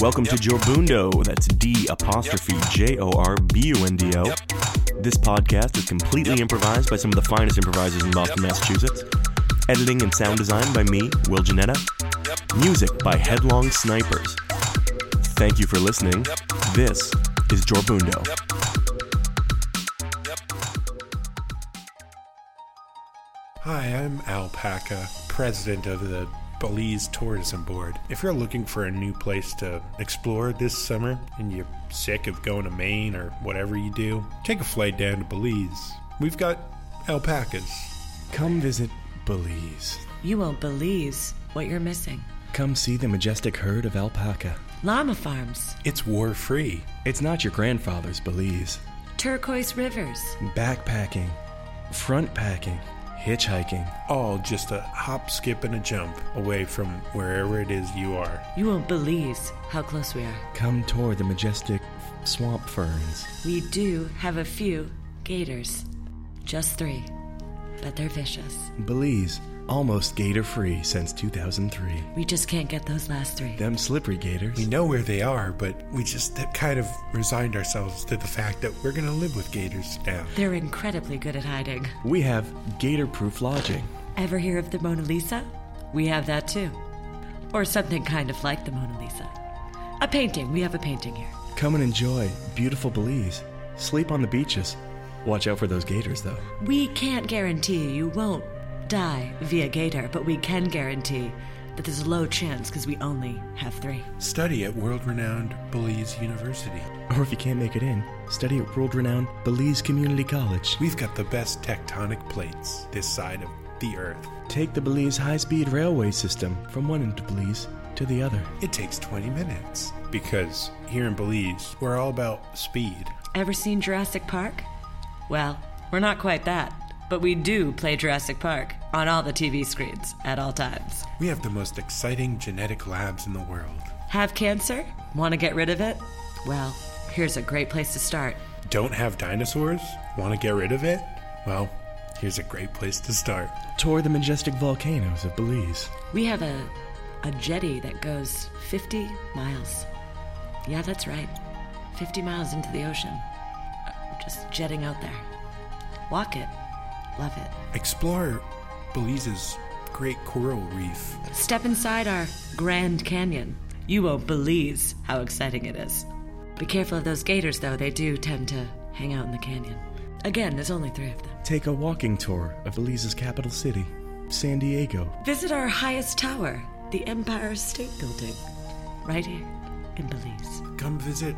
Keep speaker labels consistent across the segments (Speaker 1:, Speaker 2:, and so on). Speaker 1: Welcome to Jorbundo. That's D apostrophe J O R B U N D O. This podcast is completely improvised by some of the finest improvisers in Boston, Massachusetts. Editing and sound design by me, Will Janetta. Music by Headlong Snipers. Thank you for listening. This is Jorbundo.
Speaker 2: Hi, I'm Alpaca, president of the Belize Tourism Board. If you're looking for a new place to explore this summer and you're sick of going to Maine or whatever you do, take a flight down to Belize. We've got alpacas.
Speaker 3: Come visit Belize.
Speaker 4: You won't believe what you're missing.
Speaker 3: Come see the majestic herd of alpaca.
Speaker 4: Llama farms,
Speaker 2: It's war free.
Speaker 3: It's not your grandfather's Belize.
Speaker 4: turquoise rivers,
Speaker 3: Backpacking, front packing, hitchhiking.
Speaker 2: All just a hop, skip, and a jump away from wherever it is you are.
Speaker 4: you won't believe how close we are.
Speaker 3: Come tour the majestic swamp ferns.
Speaker 4: We do have a few gators, just three, but they're vicious.
Speaker 3: Belize, almost gator free since 2003.
Speaker 4: We just can't get those last three.
Speaker 3: Them slippery
Speaker 2: We
Speaker 3: gators.
Speaker 2: know where they are, but we just have kind of resigned ourselves to the fact that we're going to live with gators now.
Speaker 4: They're incredibly good at hiding.
Speaker 3: We have gator proof lodging.
Speaker 4: Ever hear of the Mona Lisa? We have that too. Or something kind of like the Mona Lisa. A painting. We have a painting here.
Speaker 3: Come and enjoy beautiful Belize. Sleep on the beaches. Watch out for those gators though.
Speaker 4: We can't guarantee you won't die via gator, but we can guarantee that there's a low chance because we only have three.
Speaker 2: Study at world renowned Belize University.
Speaker 3: Or if you can't make it in, study at world renowned Belize Community College.
Speaker 2: We've got the best tectonic plates this side of the Earth.
Speaker 3: Take the Belize high speed railway system from one end of Belize to the other.
Speaker 2: It takes 20 minutes. Because here in Belize, we're all about speed.
Speaker 4: Ever seen Jurassic Park? Well, we're not quite that, but we do play Jurassic Park on all the TV screens at all times.
Speaker 2: We have the most exciting genetic labs in the world.
Speaker 4: Have cancer? Want to get rid of it? Well, here's a great place to start.
Speaker 2: Don't have dinosaurs? Want to get rid of it? Well, here's a great place to start.
Speaker 3: Tour the majestic volcanoes of Belize.
Speaker 4: We have a, a jetty that goes 50 miles. Yeah, that's right. 50 miles into the ocean. Uh, Just jetting out there. Walk it. Love it.
Speaker 2: Explore Belize's great coral reef.
Speaker 4: Step inside our Grand Canyon. You won't believe how exciting it is. Be careful of those gators, though. They do tend to hang out in the canyon. Again, there's only three of them.
Speaker 3: Take a walking tour of Belize's capital city, San Diego.
Speaker 4: Visit our highest tower, the Empire State Building, right here in Belize.
Speaker 2: Come visit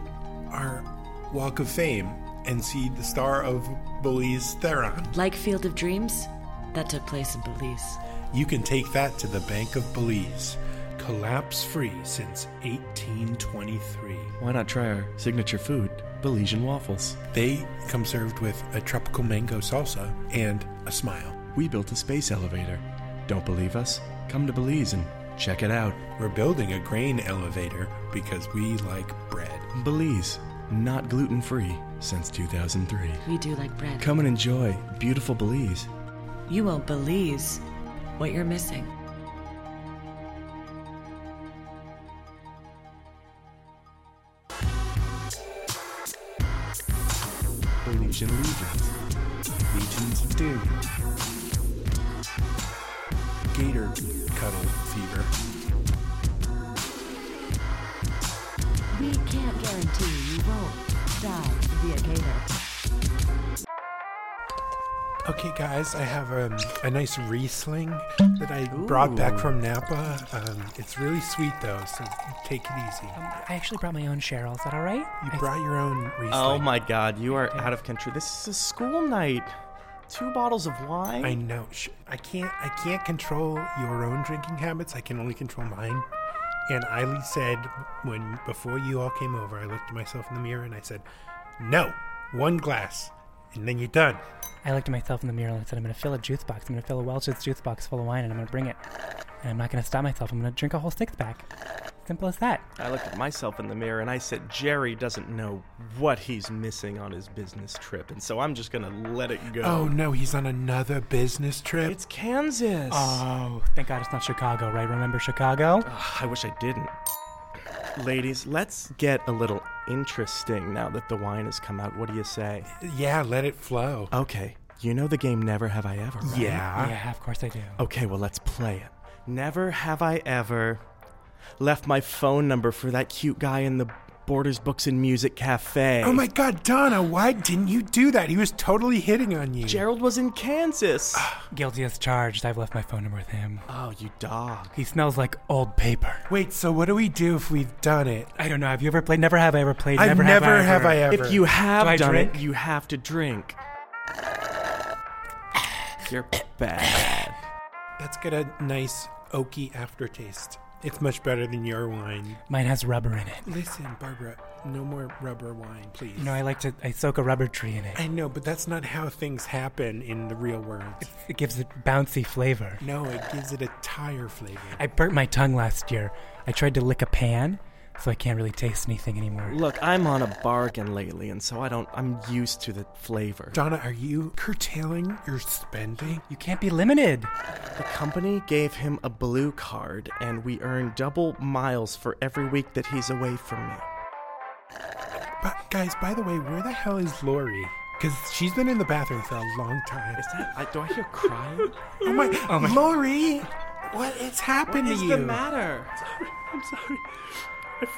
Speaker 2: our Walk of Fame and see the star of Belize Theron.
Speaker 4: Like Field of Dreams, that took place in Belize.
Speaker 2: You can take that to the Bank of Belize. Collapse free since 1823.
Speaker 3: Why not try our signature food, Belizean waffles?
Speaker 2: They come served with a tropical mango salsa and a smile.
Speaker 3: We built a space elevator. Don't believe us? Come to Belize and check it out.
Speaker 2: We're building a grain elevator because we like bread.
Speaker 3: Belize, not gluten free since 2003.
Speaker 4: We do like bread.
Speaker 3: Come and enjoy beautiful Belize.
Speaker 4: You won't believe what you're missing.
Speaker 3: Belizean legions.
Speaker 2: Legions of Doom. Gator cuddle fever.
Speaker 4: We can't guarantee you won't die via gator.
Speaker 2: Okay, guys, I have um, a nice Riesling that I brought back from Napa. Um, it's really sweet, though, so take it easy.
Speaker 5: Um,
Speaker 6: I actually brought my own Cheryl. Is that all right?
Speaker 2: You
Speaker 6: I-
Speaker 2: brought your own Riesling.
Speaker 5: Oh my god, you are out of control. This is a school night. Two bottles of wine?
Speaker 2: I know. Sh- I can't. I can't control your own drinking habits. I can only control mine. And I said when before you all came over, I looked at myself in the mirror and I said, "No, one glass, and then you're done."
Speaker 6: I looked at myself in the mirror and I said, I'm going to fill a juice box. I'm going to fill a Welch's juice box full of wine and I'm going to bring it. And I'm not going to stop myself. I'm going to drink a whole six pack. Simple as that.
Speaker 5: I looked at myself in the mirror and I said, Jerry doesn't know what he's missing on his business trip, and so I'm just gonna let it go.
Speaker 2: Oh no, he's on another business trip.
Speaker 5: It's Kansas!
Speaker 6: Oh, thank God it's not Chicago, right? Remember Chicago?
Speaker 5: Ugh, I wish I didn't. Ladies, let's get a little interesting now that the wine has come out. What do you say?
Speaker 2: Yeah, let it
Speaker 5: Oh,
Speaker 2: flow.
Speaker 5: Okay, you know the game Never Have I Ever, right?
Speaker 2: Yeah.
Speaker 6: yeah, of course I do.
Speaker 5: Okay, well, let's play it. Never have I ever left my phone number for that cute guy in the Borders Books and Music Cafe.
Speaker 2: Oh my god, Donna, why didn't you do that? He was totally hitting on you. Ah,
Speaker 5: Gerald was in Kansas.
Speaker 6: Guilty as charged. I've left my phone number with him.
Speaker 5: oh, you dog.
Speaker 6: He smells like old paper.
Speaker 2: Wait, so what do we do if we've done it?
Speaker 6: I don't know. Have you ever played? Never have I ever played.
Speaker 2: I've
Speaker 6: Never,
Speaker 2: never have I ever.
Speaker 5: If you have
Speaker 6: Do I
Speaker 5: done it,
Speaker 6: drink?
Speaker 5: you have to drink. You're bad.
Speaker 2: That's got a nice oaky aftertaste. It's much better than your wine.
Speaker 6: Mine has rubber in it.
Speaker 2: Listen, Barbara, no more rubber wine, please.
Speaker 6: You know, I like to. I soak a rubber tree in it.
Speaker 2: I know, but that's not how things happen in the real world.
Speaker 6: It gives it bouncy flavor.
Speaker 2: No, it gives it a tire flavor.
Speaker 6: I burnt my tongue last year. I tried to lick a pan, so I can't really taste anything anymore.
Speaker 5: Look, I'm on a bargain lately, and so I don't. I'm used to the flavor.
Speaker 2: Donna, are you curtailing your spending?
Speaker 6: You can't be limited.
Speaker 5: The company gave him a blue card, and we earn double miles for every week that he's away from me.
Speaker 2: But Uh, guys, by the way, where the hell is Lori? Because she's been in the bathroom for a long time.
Speaker 5: Is that? I, do I hear crying?
Speaker 2: Oh my, Lori! What has happened to you?
Speaker 5: matter?
Speaker 7: I'm sorry. I f-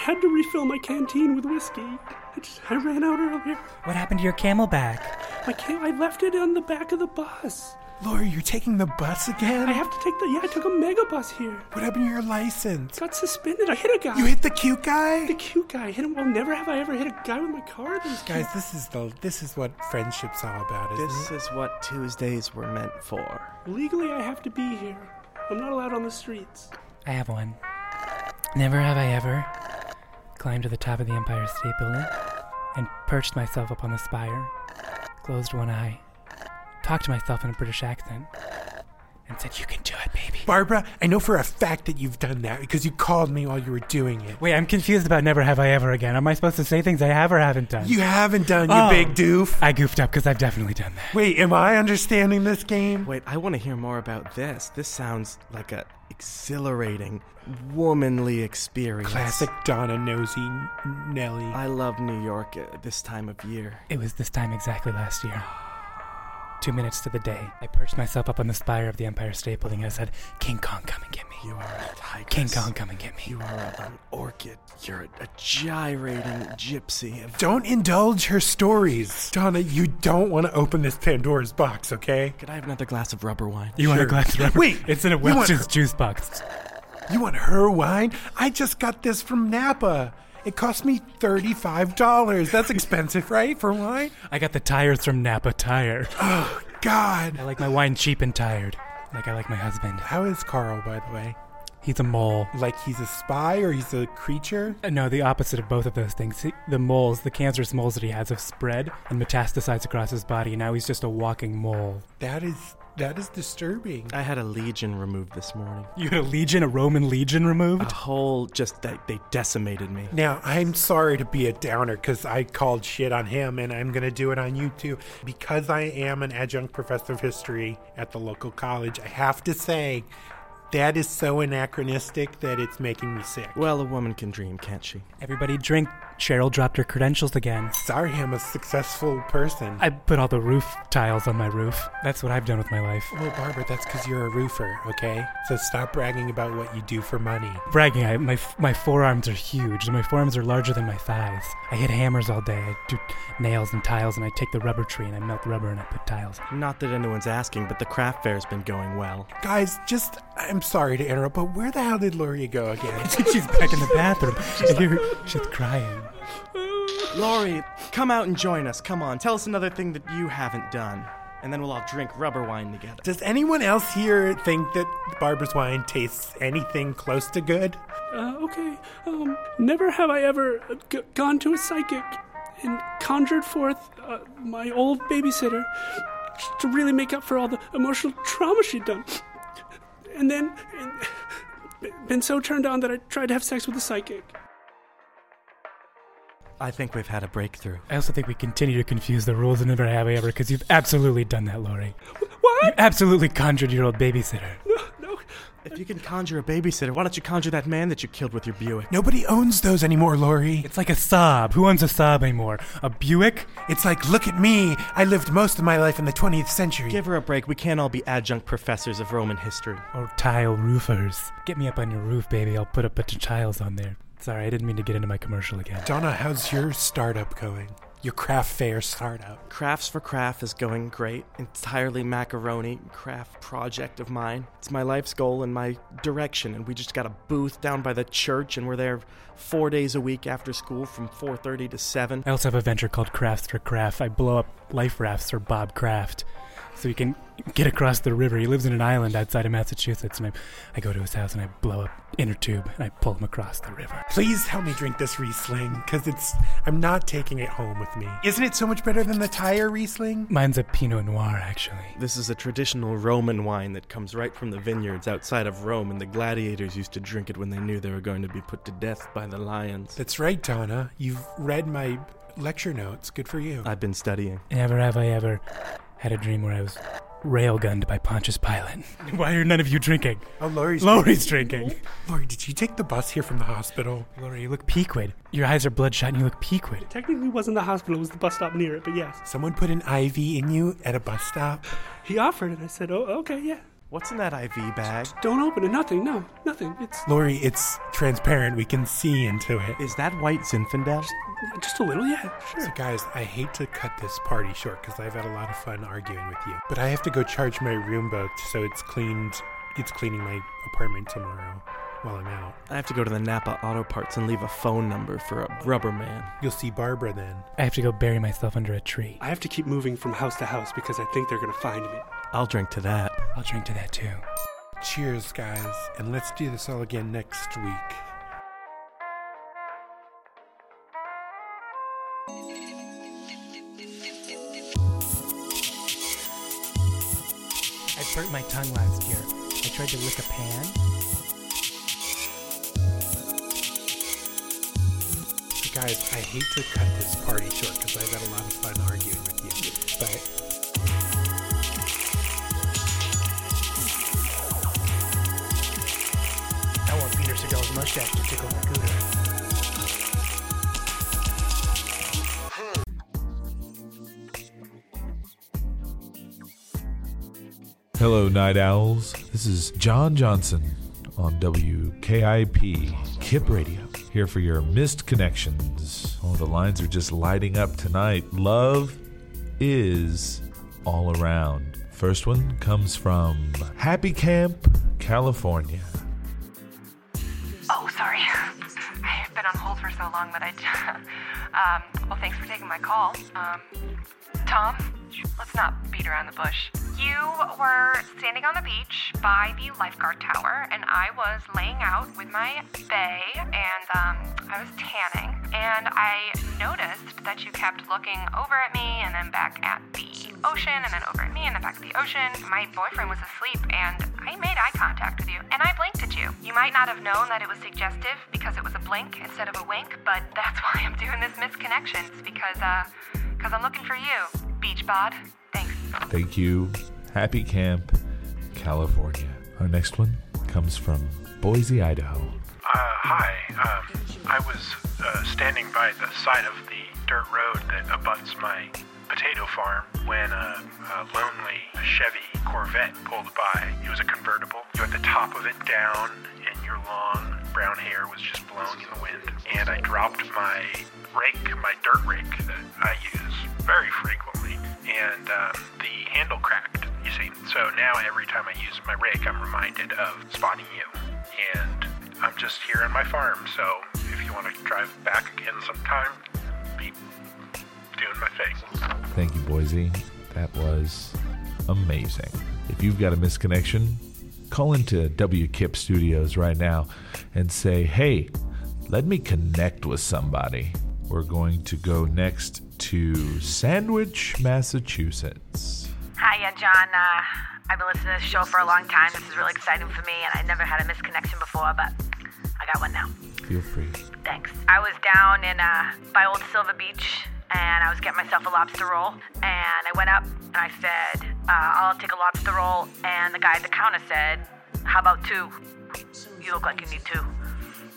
Speaker 7: had to refill my canteen with whiskey. I, just, I ran out earlier.
Speaker 6: What happened to your camelback?
Speaker 7: I can't. I left it on the back of the bus.
Speaker 2: Lori, you're taking the bus again?
Speaker 7: I have to take the. Yeah, I took a mega bus here.
Speaker 2: what happened to your license?
Speaker 7: Got suspended. I hit a guy.
Speaker 2: You hit the cute guy?
Speaker 7: the cute guy. I hit him. Well, never have I ever hit a guy with my car. These
Speaker 2: Guys, this is the this is what friendship's all about, isn't
Speaker 5: This
Speaker 2: it?
Speaker 5: is what Tuesdays were meant for.
Speaker 7: Legally, I have to be here. I'm not allowed on the streets.
Speaker 6: I have one. Never have I ever climbed to the top of the Empire State Building and perched myself upon the spire, closed one eye, talked to myself in a British accent, and said, You can do it, baby.
Speaker 2: Barbara, I know for a fact that you've done that because you called me while you were doing it.
Speaker 6: Wait, I'm confused about Never Have I Ever again. Am I supposed to say things I have or haven't done?
Speaker 2: You haven't done, you
Speaker 6: Oh.
Speaker 2: big doof.
Speaker 6: I goofed up because I've definitely done that.
Speaker 2: Wait, am I understanding this game?
Speaker 5: Wait, I want to hear more about this. This sounds like a exhilarating, womanly experience.
Speaker 2: Classic Donna Nosy N- Nelly.
Speaker 5: I love New York at this time of year.
Speaker 6: It was this time exactly last year. Two minutes to the day, I perched myself up on the spire of the Empire State Building and I said, King Kong, come and get me.
Speaker 5: You are a tigress.
Speaker 6: King Kong, come and get me.
Speaker 5: You are a- an orchid. You're a, a gyrating gypsy. Of,
Speaker 2: Don't indulge her stories. Donna, you don't want to open this Pandora's box, okay?
Speaker 5: could I have another glass of rubber wine?
Speaker 6: You want a
Speaker 2: Sure.
Speaker 6: glass of rubber?
Speaker 2: Wait,
Speaker 6: it's in a
Speaker 2: you want-
Speaker 6: Welch's juice box.
Speaker 2: You want her wine? I just got this from Napa. It cost me $35. That's expensive, right? For wine?
Speaker 6: I got the tires from Napa Tire.
Speaker 2: Oh, God.
Speaker 6: I like my wine cheap and tired, like I like my husband.
Speaker 2: How is Carl, by the way?
Speaker 6: He's a mole.
Speaker 2: Like he's a spy or he's a creature?
Speaker 6: Uh, No, the opposite of both of those things. He- The moles, the cancerous moles that he has, have spread and metastasized across his body, and now he's just a walking mole.
Speaker 2: That is that is disturbing.
Speaker 5: I had a legion removed this morning.
Speaker 6: You had a legion, a Roman legion removed?
Speaker 5: A whole just they, they decimated me.
Speaker 2: Now, I'm sorry to be a downer because I called shit on him and I'm going to do it on you too. Because I am an adjunct professor of history at the local college, I have to say that is so anachronistic that it's making me sick.
Speaker 5: Well, a woman can dream, can't she?
Speaker 6: Everybody drink. Cheryl dropped her credentials again.
Speaker 2: Sorry, I'm a successful person.
Speaker 6: I put all the roof tiles on my roof. That's what I've done with my life.
Speaker 2: well, Barbara, that's because you're a roofer, okay? So stop bragging about what you do for money.
Speaker 6: Bragging, I, my my forearms are huge. My forearms are larger than my thighs. I hit hammers all day. I do nails and tiles, and I take the rubber tree and I melt the rubber and I put tiles.
Speaker 5: Not that anyone's asking, but the craft fair's been going well.
Speaker 2: Guys, just, I'm sorry to interrupt, but where the hell did Loria go again?
Speaker 6: She's back in the bathroom. I hear her- she's crying.
Speaker 5: Lori, come out and join us. Come on, tell us another thing that you haven't done, and then we'll all drink rubber wine together.
Speaker 2: Does anyone else here think that Barbara's wine tastes anything close to good?
Speaker 7: Uh, okay. Um, never have I ever uh, g- gone to a psychic and conjured forth uh, my old babysitter to really make up for all the emotional trauma she'd done. And then and been so turned on that I tried to have sex with a psychic.
Speaker 5: I think we've had a breakthrough.
Speaker 6: I also think we continue to confuse the rules of Never Have I Ever because you've absolutely done that, Lori. You
Speaker 7: What?
Speaker 6: absolutely conjured your old babysitter.
Speaker 7: No, no.
Speaker 5: If you can conjure a babysitter, why don't you conjure that man that you killed with your Buick?
Speaker 2: Nobody owns those anymore, Lori.
Speaker 6: It's like a Saab. Who owns a Saab anymore? A Buick?
Speaker 2: It's like, look at me. I lived most of my life in the 20th century.
Speaker 5: Give her a break. We can't all be adjunct professors of Roman history.
Speaker 6: Or tile roofers? Get me up on your roof, baby. I'll put a bunch of tiles on there. Sorry, I didn't mean to get into my commercial again.
Speaker 2: Donna, how's your startup going? Your craft fair startup.
Speaker 5: Crafts for Craft is going great. Entirely macaroni craft project of mine. It's my life's goal and my direction. And we just got a booth down by the church, and we're there four days a week after school from 4:30 to 7.
Speaker 6: I also have a venture called Crafts for Craft. I blow up life rafts for Bob Craft so he can get across the river. He lives in an island outside of Massachusetts, and I, I go to his house and I blow up inner tube and I pull him across the river.
Speaker 2: Please help me drink this Riesling, because it's. I'm not taking it home with me. Isn't it so much better than the tire Riesling?
Speaker 6: Mine's a Pinot Noir, actually.
Speaker 5: This is a traditional Roman wine that comes right from the vineyards outside of Rome, and the gladiators used to drink it when they knew they were going to be put to death by the lions.
Speaker 2: That's right, Donna. You've read my lecture notes. Good for you.
Speaker 5: I've been studying.
Speaker 6: Never have I ever had a dream where I was railgunned by Pontius Pilate. Why are none of you drinking?
Speaker 2: oh, Lori's.
Speaker 6: Lori's drinking.
Speaker 2: Lori, did you take the bus here from the hospital?
Speaker 6: Lori, you look pequid. Your eyes are bloodshot and you look pequid.
Speaker 7: Technically wasn't the hospital, it was the bus stop near it, but yes.
Speaker 2: Someone put an IV in you at a bus stop?
Speaker 7: He offered it. I said, oh, okay, yeah.
Speaker 5: What's in that IV bag?
Speaker 7: Don't open it. Nothing. No, nothing. It's
Speaker 2: Lori, it's transparent. We can see into it.
Speaker 5: Is that white Zinfandel?
Speaker 7: just a little, yeah,
Speaker 2: So,
Speaker 7: sure.
Speaker 2: guys, I hate to cut this party short because I've had a lot of fun arguing with you, but I have to go charge my Roomba so it's cleaned. It's cleaning my apartment tomorrow while I'm out.
Speaker 5: I have to go to the Napa Auto Parts and leave a phone number for a rubber man.
Speaker 2: You'll see Barbara then.
Speaker 6: I have to go bury myself under a tree.
Speaker 7: I have to keep moving from house to house because I think they're going to find me.
Speaker 5: I'll drink to that.
Speaker 6: I'll drink to that too.
Speaker 2: Cheers, guys, and let's do this all again next week.
Speaker 6: I burnt my tongue last year. I tried to lick a pan.
Speaker 2: Guys, I hate to cut this party short because I've had a lot of fun arguing with you, but
Speaker 6: I want Peter Segal's mustache to tickle my cooter.
Speaker 8: Hello, Night Owls. This is John Johnson on WKIP Kip Radio. Here for your missed connections. Oh, the lines are just lighting up tonight. Love is all around. First one comes from Happy Camp, California.
Speaker 9: Oh, sorry. I've been on hold for so long that I. um, well, thanks for taking my call. Um, Tom, let's not beat around the bush. You were standing on the beach by the lifeguard tower, and I was laying out with my bay, and um, I was tanning. And I noticed that you kept looking over at me, and then back at the ocean, and then over at me, and then back at the ocean. My boyfriend was asleep, and I made eye contact with you, and I blinked at you. You might not have known that it was suggestive because it was a blink instead of a wink, but that's why I'm doing this misconnection. It's because, uh, because I'm looking for you, beach bod. Thanks.
Speaker 8: Thank you, Happy Camp, California. Our next one comes from Boise, Idaho.
Speaker 10: Uh, hi. Um, I was uh, standing by the side of the dirt road that abuts my potato farm when a, a lonely Chevy Corvette pulled by. It was a convertible. You had the top of it down, and your long brown hair was just blowing in the wind. And I dropped my rake, my dirt rake that I use very frequently, and um, the handle cracked. You see, so now every time I use my rake, I'm reminded of spotting you and I'm just here on my farm. So if you want to drive back again sometime, be doing my thing.
Speaker 8: Thank you, Boise. That was amazing. If you've got a misconnection, call into WKIP Studios right now and say, hey, let me connect with somebody. We're going to go next to Sandwich, Massachusetts.
Speaker 11: Hiya, John. Uh, I've been listening to this show for a long time. This is really exciting for me, and I never had a misconnection before, but I got one now.
Speaker 8: Feel free.
Speaker 11: Thanks. I was down in uh, by Old Silver Beach, and I was getting myself a lobster roll, and I went up and I said, uh, "I'll take a lobster roll," and the guy at the counter said, How about two? You look like you need two.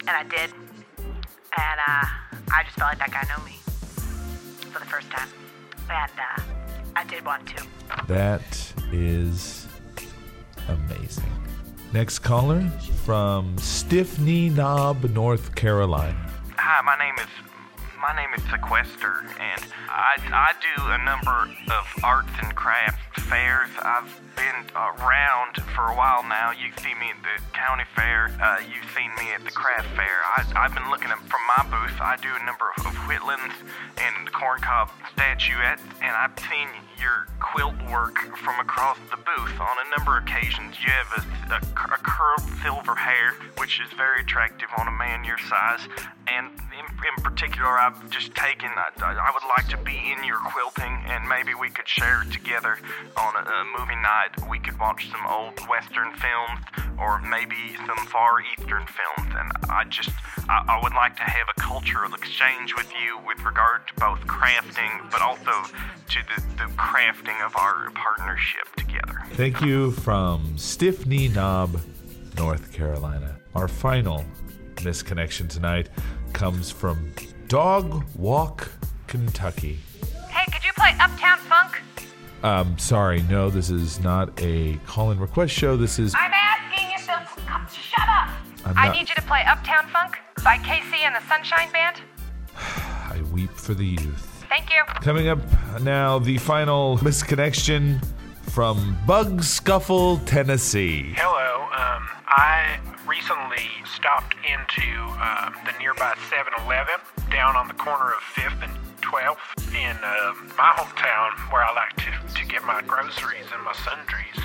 Speaker 11: And I did. And uh, I just felt like that guy knew me for the first time. And uh, I did want two.
Speaker 8: That is amazing. Next caller from Stiff Knee Knob, North Carolina.
Speaker 12: Hi, my name is my name is Sequester, and I I do a number of arts and crafts fairs. I've been around for a while now. You see me at the county fair. Uh, you've seen me at the craft fair. I I've been looking at from my booth. I do a number of, of Whitlins and corncob statuettes, and I've seen your quilt work from across the booth on a number of occasions. You have a, a, cur- a curled silver hair, which is very attractive on a man your size. And in, in particular, I've just taken, I, I would like to be in your quilting, and maybe we could share it together on a, a movie night. We could watch some old Western films or maybe some Far Eastern films. And I just, I, I would like to have a cultural exchange with you with regard to both crafting, but also to the, the crafting of our partnership together.
Speaker 8: Thank you from Stiff Knee Knob, North Carolina. Our final misconnection tonight comes from Dog Walk, Kentucky.
Speaker 9: Hey, could you play Uptown Funk?
Speaker 8: Um, sorry, no, this is not a call in request show. This is.
Speaker 9: I'm asking you to come, shut up.
Speaker 8: I'm
Speaker 9: I
Speaker 8: not-
Speaker 9: need you to play Uptown Funk by KC and the Sunshine Band.
Speaker 8: I weep for the youth.
Speaker 9: Thank you.
Speaker 8: Coming up now, the final misconnection from Bug Scuffle, Tennessee.
Speaker 10: Hello. Um, I recently stopped into um, the nearby 7 Eleven down on the corner of 5th and 12th in um my hometown where I like to, to get my groceries and my sundries.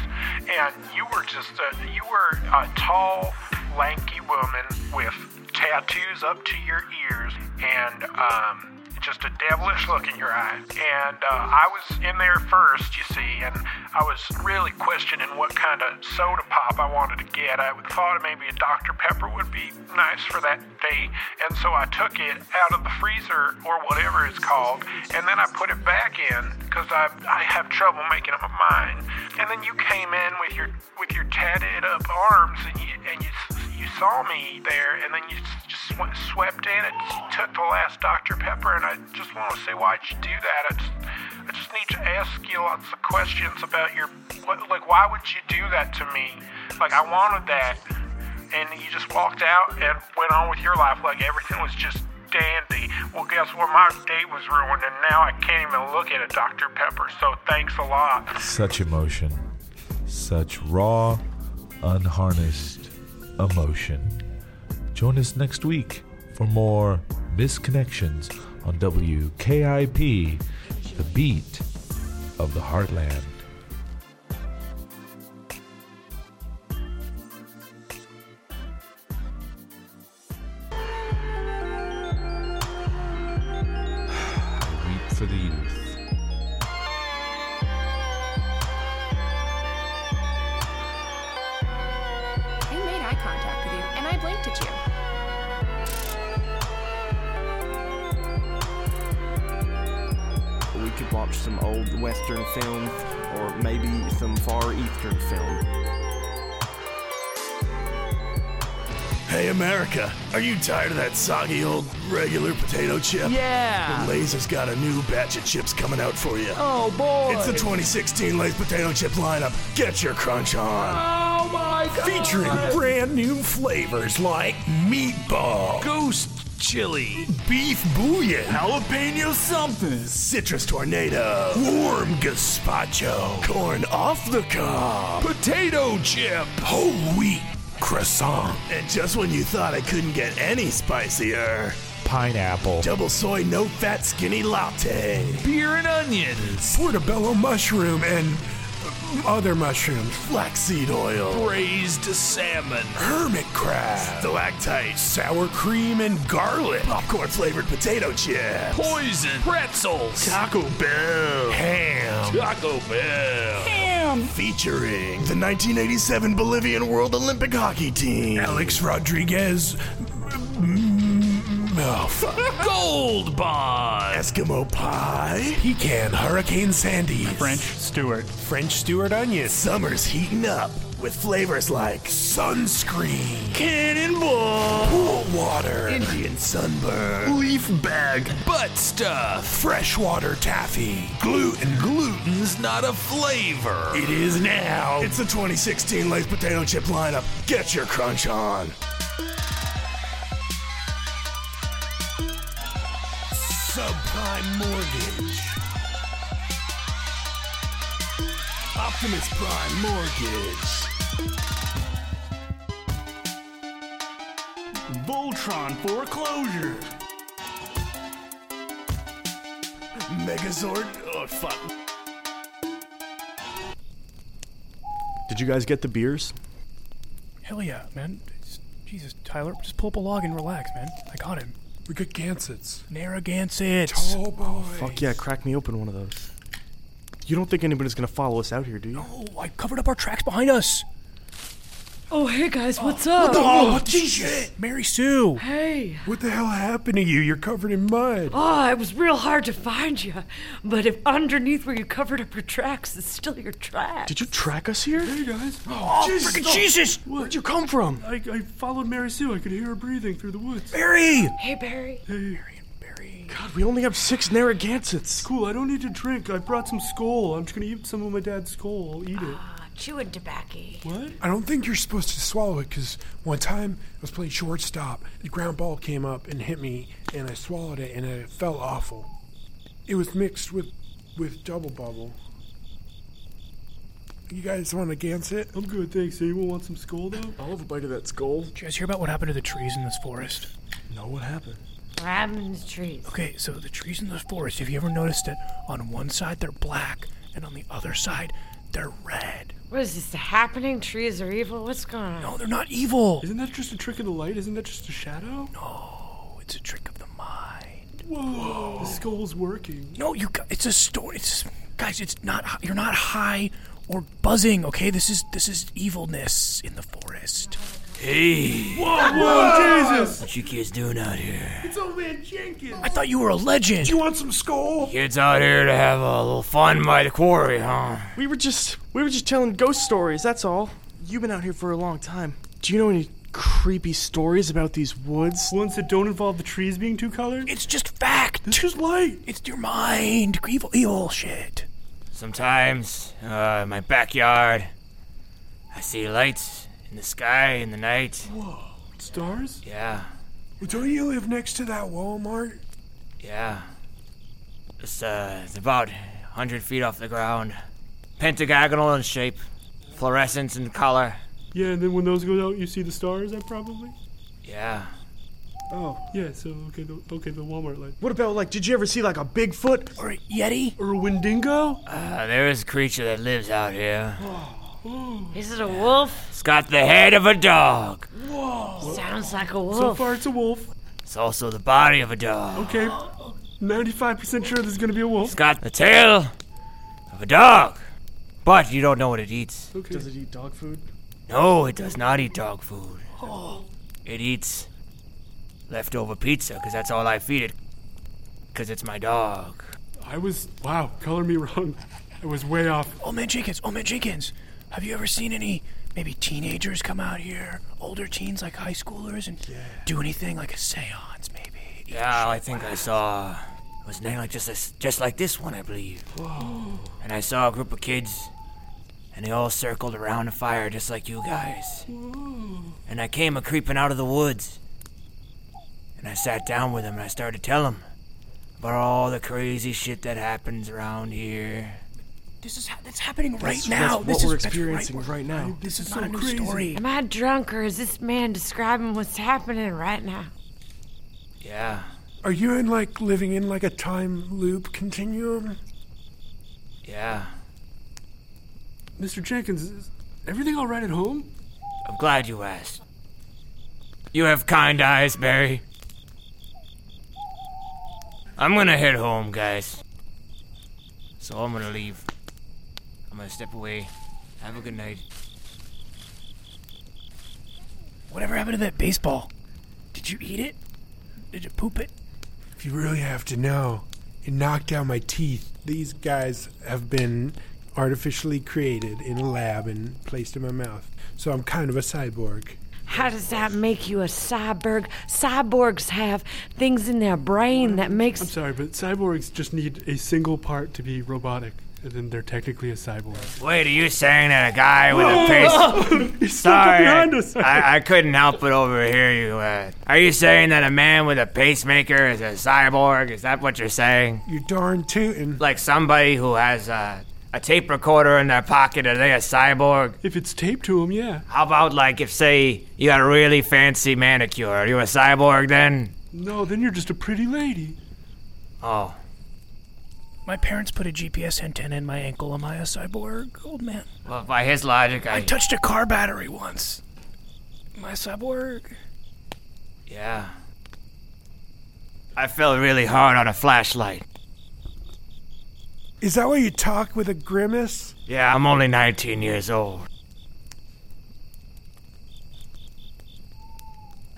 Speaker 10: And you were just a, you were a tall, lanky woman with tattoos up to your ears and um, just a devilish look in your eye. And uh, I was in there first, you see, and I was really questioning what kind of soda pop I wanted to get. I thought maybe a Dr. Pepper would be nice for that day, and so I took it out of the freezer or whatever it's called, and then I put it back in because I, I have trouble making up my mind. And then you came in with your with your tatted up arms, and you and you s- you saw me there, and then you s- just swe- swept in and took the last Dr. Pepper, and I just want to say, why'd you do that? I just, I just need to ask you lots of questions about your, what, like, why would you do that to me? Like, I wanted that, and you just walked out and went on with your life like everything was just dandy. Well, guess what? My day was ruined, and now I can't even look at a Dr. Pepper, so thanks a lot.
Speaker 8: Such emotion. Such raw, unharnessed emotion. Join us next week for more misconnections on WKIP, the beat of the heartland. I weep for the youth.
Speaker 13: I made eye contact with you, and I blinked at you.
Speaker 5: We could watch some old Western films or maybe some Far Eastern film.
Speaker 14: Hey America, are you tired of that soggy old regular potato chip?
Speaker 15: Yeah.
Speaker 14: The Lay's has got a new batch of chips coming out for you.
Speaker 15: Oh, boy.
Speaker 14: It's the 2016 Lay's potato chip lineup. Get your crunch on.
Speaker 15: Oh my god!
Speaker 14: Featuring brand new flavors like meatball, ghost chili, beef bouillon, jalapeno something, citrus tornado, warm gazpacho, corn off the cob, potato chip, whole wheat croissant. And just when you thought I couldn't get any spicier,
Speaker 8: Pineapple.
Speaker 14: double soy no fat skinny latte,
Speaker 15: Beer and onions.
Speaker 14: portobello mushroom, and other mushrooms, flaxseed oil,
Speaker 15: Braised salmon.
Speaker 14: hermit crab, stalactites, sour cream and garlic, popcorn flavored potato chips,
Speaker 15: Poison. Pretzels.
Speaker 14: Taco Bell, ham,
Speaker 15: Taco Bell.
Speaker 14: ham, featuring the 1987 Bolivian World Olympic Hockey Team, Alex Rodriguez. mm, Oh, fuck.
Speaker 15: Gold Bond.
Speaker 14: Eskimo pie, pecan hurricane sandy,
Speaker 2: French Stewart.
Speaker 14: French Stewart onion. Summer's heating up. with flavors like sunscreen,
Speaker 15: Cannonball!
Speaker 14: pool water,
Speaker 15: Indian
Speaker 14: sunburn, leaf bag,
Speaker 15: butt stuff,
Speaker 14: freshwater taffy, gluten, gluten's
Speaker 15: not a flavor.
Speaker 14: It is now. It's the 2016 Lay's potato chip lineup. Get your crunch on. Subprime mortgage. Optimus Prime mortgage.
Speaker 16: Voltron foreclosure.
Speaker 14: Megazord. Oh fuck.
Speaker 17: Did you guys get the beers?
Speaker 6: Hell yeah, man. It's- Jesus, Tyler, just pull up a log and relax, man. I got him.
Speaker 2: We got Gansets.
Speaker 6: Narragansetts.
Speaker 2: Oh boy.
Speaker 5: Fuck yeah, crack me open one of those. You don't think anybody's gonna follow us out here, do you?
Speaker 6: Oh, I covered up our tracks behind us.
Speaker 4: Oh, hey guys, what's
Speaker 6: Oh,
Speaker 4: up?
Speaker 6: what the- oh, what the shit? Mary Sue.
Speaker 4: Hey.
Speaker 2: What the hell happened to you? You're covered in mud.
Speaker 4: Oh, it was real hard to find you. But if underneath where you covered up your tracks is still your track.
Speaker 5: Did you track us here?
Speaker 7: Hey guys.
Speaker 5: Oh, frickin' Jesus! Where'd you come from?
Speaker 7: I, I followed Mary Sue. I could hear her breathing through the woods.
Speaker 5: Barry!
Speaker 4: Hey, Barry.
Speaker 7: Hey.
Speaker 5: God, we only have six Narragansetts.
Speaker 7: Cool, I don't need to drink. I brought some skull. I'm just gonna eat some of my dad's skull. I'll eat it.
Speaker 4: Chewing tobacco.
Speaker 7: What?
Speaker 2: I don't think you're supposed to swallow it because one time I was playing shortstop, the ground ball came up and hit me, and I swallowed it, and it felt awful. It was mixed with with double bubble. You guys want a Ganset?
Speaker 7: I'm good, thanks. Anyone want some skull though?
Speaker 5: I'll have a bite of that skull.
Speaker 6: Did you guys hear about what happened to the trees in this forest?
Speaker 5: No, what happened?
Speaker 4: What happened in the trees?
Speaker 6: Okay, so the trees in the forest, have you ever noticed that on one side they're black and on the other side they're red?
Speaker 4: What is this? The happening trees are evil? What's going on?
Speaker 6: No, they're not evil.
Speaker 7: Isn't that just a trick of the light? Isn't that just a shadow?
Speaker 6: No, it's a trick of the mind.
Speaker 7: Whoa. The skull's working.
Speaker 6: No, you gu- it's a story. It's guys, it's not hi- you're not high or buzzing, okay? This is this is evilness in the forest.
Speaker 15: Hey.
Speaker 7: Whoa, whoa, Jesus!
Speaker 15: What you kids doing out here?
Speaker 7: It's old man Jenkins.
Speaker 6: I thought you were a legend.
Speaker 2: You want some skull?
Speaker 15: Kids out here to have a little fun by the quarry, huh?
Speaker 5: We were just we were just telling ghost stories, that's all. You've been out here for a long time. Do you know any creepy stories about these woods?
Speaker 7: Ones that don't involve the trees being two colored?
Speaker 6: It's just fact.
Speaker 7: It's just light.
Speaker 6: It's your mind. Evil evil shit.
Speaker 15: Sometimes, uh, in my backyard, I see lights in the sky in the night.
Speaker 2: Whoa. Stars?
Speaker 15: Yeah,
Speaker 2: Well, don't you live next to that Walmart?
Speaker 15: yeah. It's, uh, it's about 100 feet off the ground. Pentagonal in shape, fluorescence in color.
Speaker 7: Yeah, and then when those go out, you see the stars, I probably?
Speaker 15: Yeah.
Speaker 7: Oh, yeah, so, okay, the, okay, the Walmart light.
Speaker 5: What about like did you ever see like a Bigfoot
Speaker 6: or a Yeti
Speaker 7: or a Wendigo?
Speaker 15: Uh, there is a creature that lives out here.
Speaker 4: Is it a wolf?
Speaker 15: It's got the head of a dog.
Speaker 4: Whoa. Sounds like a wolf.
Speaker 7: So far, it's a wolf.
Speaker 15: It's also the body of a dog.
Speaker 7: Okay, 95% sure there's gonna be a wolf.
Speaker 15: It's got the tail of a dog. But you don't know what it eats.
Speaker 7: Okay.
Speaker 5: Does it eat dog food?
Speaker 15: No, it does not eat dog food.
Speaker 7: Oh,
Speaker 15: It eats leftover pizza, because that's all I feed it. Because it's my dog.
Speaker 7: I was, wow, color me wrong. I was way off.
Speaker 6: Oh man Jenkins, oh man Jenkins. Have you ever seen any maybe teenagers come out here? Older teens like high schoolers and do anything like a seance maybe?
Speaker 15: Yeah, I think I saw. It was named like just this, just like this one, I believe.
Speaker 7: Oh.
Speaker 6: Whoa.
Speaker 15: And I saw a group of kids, and they all circled around a fire just like you guys. And I came a creeping out of the woods, and I sat down with them and I started to tell them about all the crazy shit that happens around here.
Speaker 6: This is ha- that's happening right
Speaker 5: That's-
Speaker 6: now. this
Speaker 5: that's what
Speaker 6: is
Speaker 5: we're
Speaker 6: that's
Speaker 5: experiencing
Speaker 6: right,
Speaker 5: right now.
Speaker 6: This is not a new story.
Speaker 4: Am I drunk or is this man describing what's happening right now?
Speaker 15: Yeah,
Speaker 2: Are you in like living in like a time loop continuum?
Speaker 15: yeah.
Speaker 7: Mr. Jenkins, is everything all right at home?
Speaker 15: I'm glad you asked. You have kind eyes, Barry. I'm gonna head home, guys. So I'm gonna leave. I'm gonna step away. Have a good night.
Speaker 6: Whatever happened to that baseball? Did you eat it? Did you poop it?
Speaker 2: If you really have to know, it knocked out my teeth. These guys have been artificially created in a lab and placed in my mouth. So I'm kind of a cyborg.
Speaker 4: How does that make you a cyborg? Cyborgs have things in their brain that
Speaker 7: I'm
Speaker 4: makes.
Speaker 7: sorry, but cyborgs just need a single part to be robotic, and then they're technically a cyborg.
Speaker 15: Wait, are you saying that a guy with
Speaker 7: Whoa.
Speaker 15: a
Speaker 7: He's
Speaker 15: pierced?
Speaker 7: still
Speaker 15: Sorry,
Speaker 7: behind us.
Speaker 15: I, I couldn't help but overhear you. Uh, are you saying that a man with a pacemaker is a cyborg? Is that what you're saying?
Speaker 2: You darn tootin'.
Speaker 15: Like somebody who has a, a tape recorder in their pocket, are they a cyborg?
Speaker 7: If it's taped to him, yeah.
Speaker 15: How about like if say you got a really fancy manicure, are you a cyborg then?
Speaker 7: No, then you're just a pretty lady.
Speaker 15: Oh,
Speaker 18: My parents put a GPS antenna in my ankle. Am I a cyborg, old man?
Speaker 15: well by his logic, I,
Speaker 18: I touched a car battery once. Am I a cyborg?
Speaker 15: yeah. I fell really hard on a flashlight.
Speaker 2: Is that why you talk with a grimace?
Speaker 15: Yeah, I'm only 19 years old.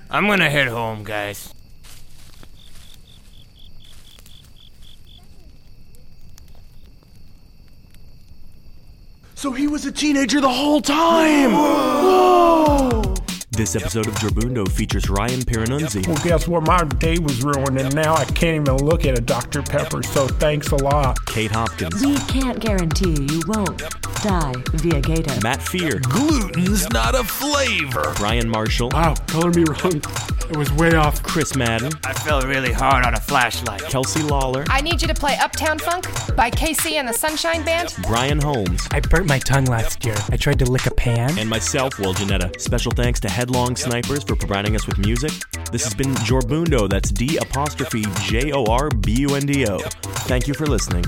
Speaker 15: I'm gonna head home, guys.
Speaker 14: So he was a teenager the whole time! Whoa!
Speaker 1: This episode of Drabundo features Ryan Piranunzi,
Speaker 2: Well, guess what? My day was ruined, and now I can't even look at a Dr. Pepper, so thanks a lot.
Speaker 1: Kate Hopkins,
Speaker 4: We can't guarantee you won't die via Gator.
Speaker 1: Matt Fear,
Speaker 14: Gluten's not a flavor.
Speaker 1: Brian Marshall.
Speaker 7: Wow, color me wrong. It was way off.
Speaker 1: Chris Madden.
Speaker 15: I fell really hard on a flashlight.
Speaker 1: Kelsey Lawler.
Speaker 13: I need you to play Uptown Funk by KC and the Sunshine Band.
Speaker 1: Brian Holmes.
Speaker 6: I burnt my tongue last year. I tried to lick a pan.
Speaker 1: And myself, Will Janetta. Special thanks to Headlong Snipers for providing us with music. This has been Jorbundo. That's D apostrophe J O R B U N D O. Thank you for listening.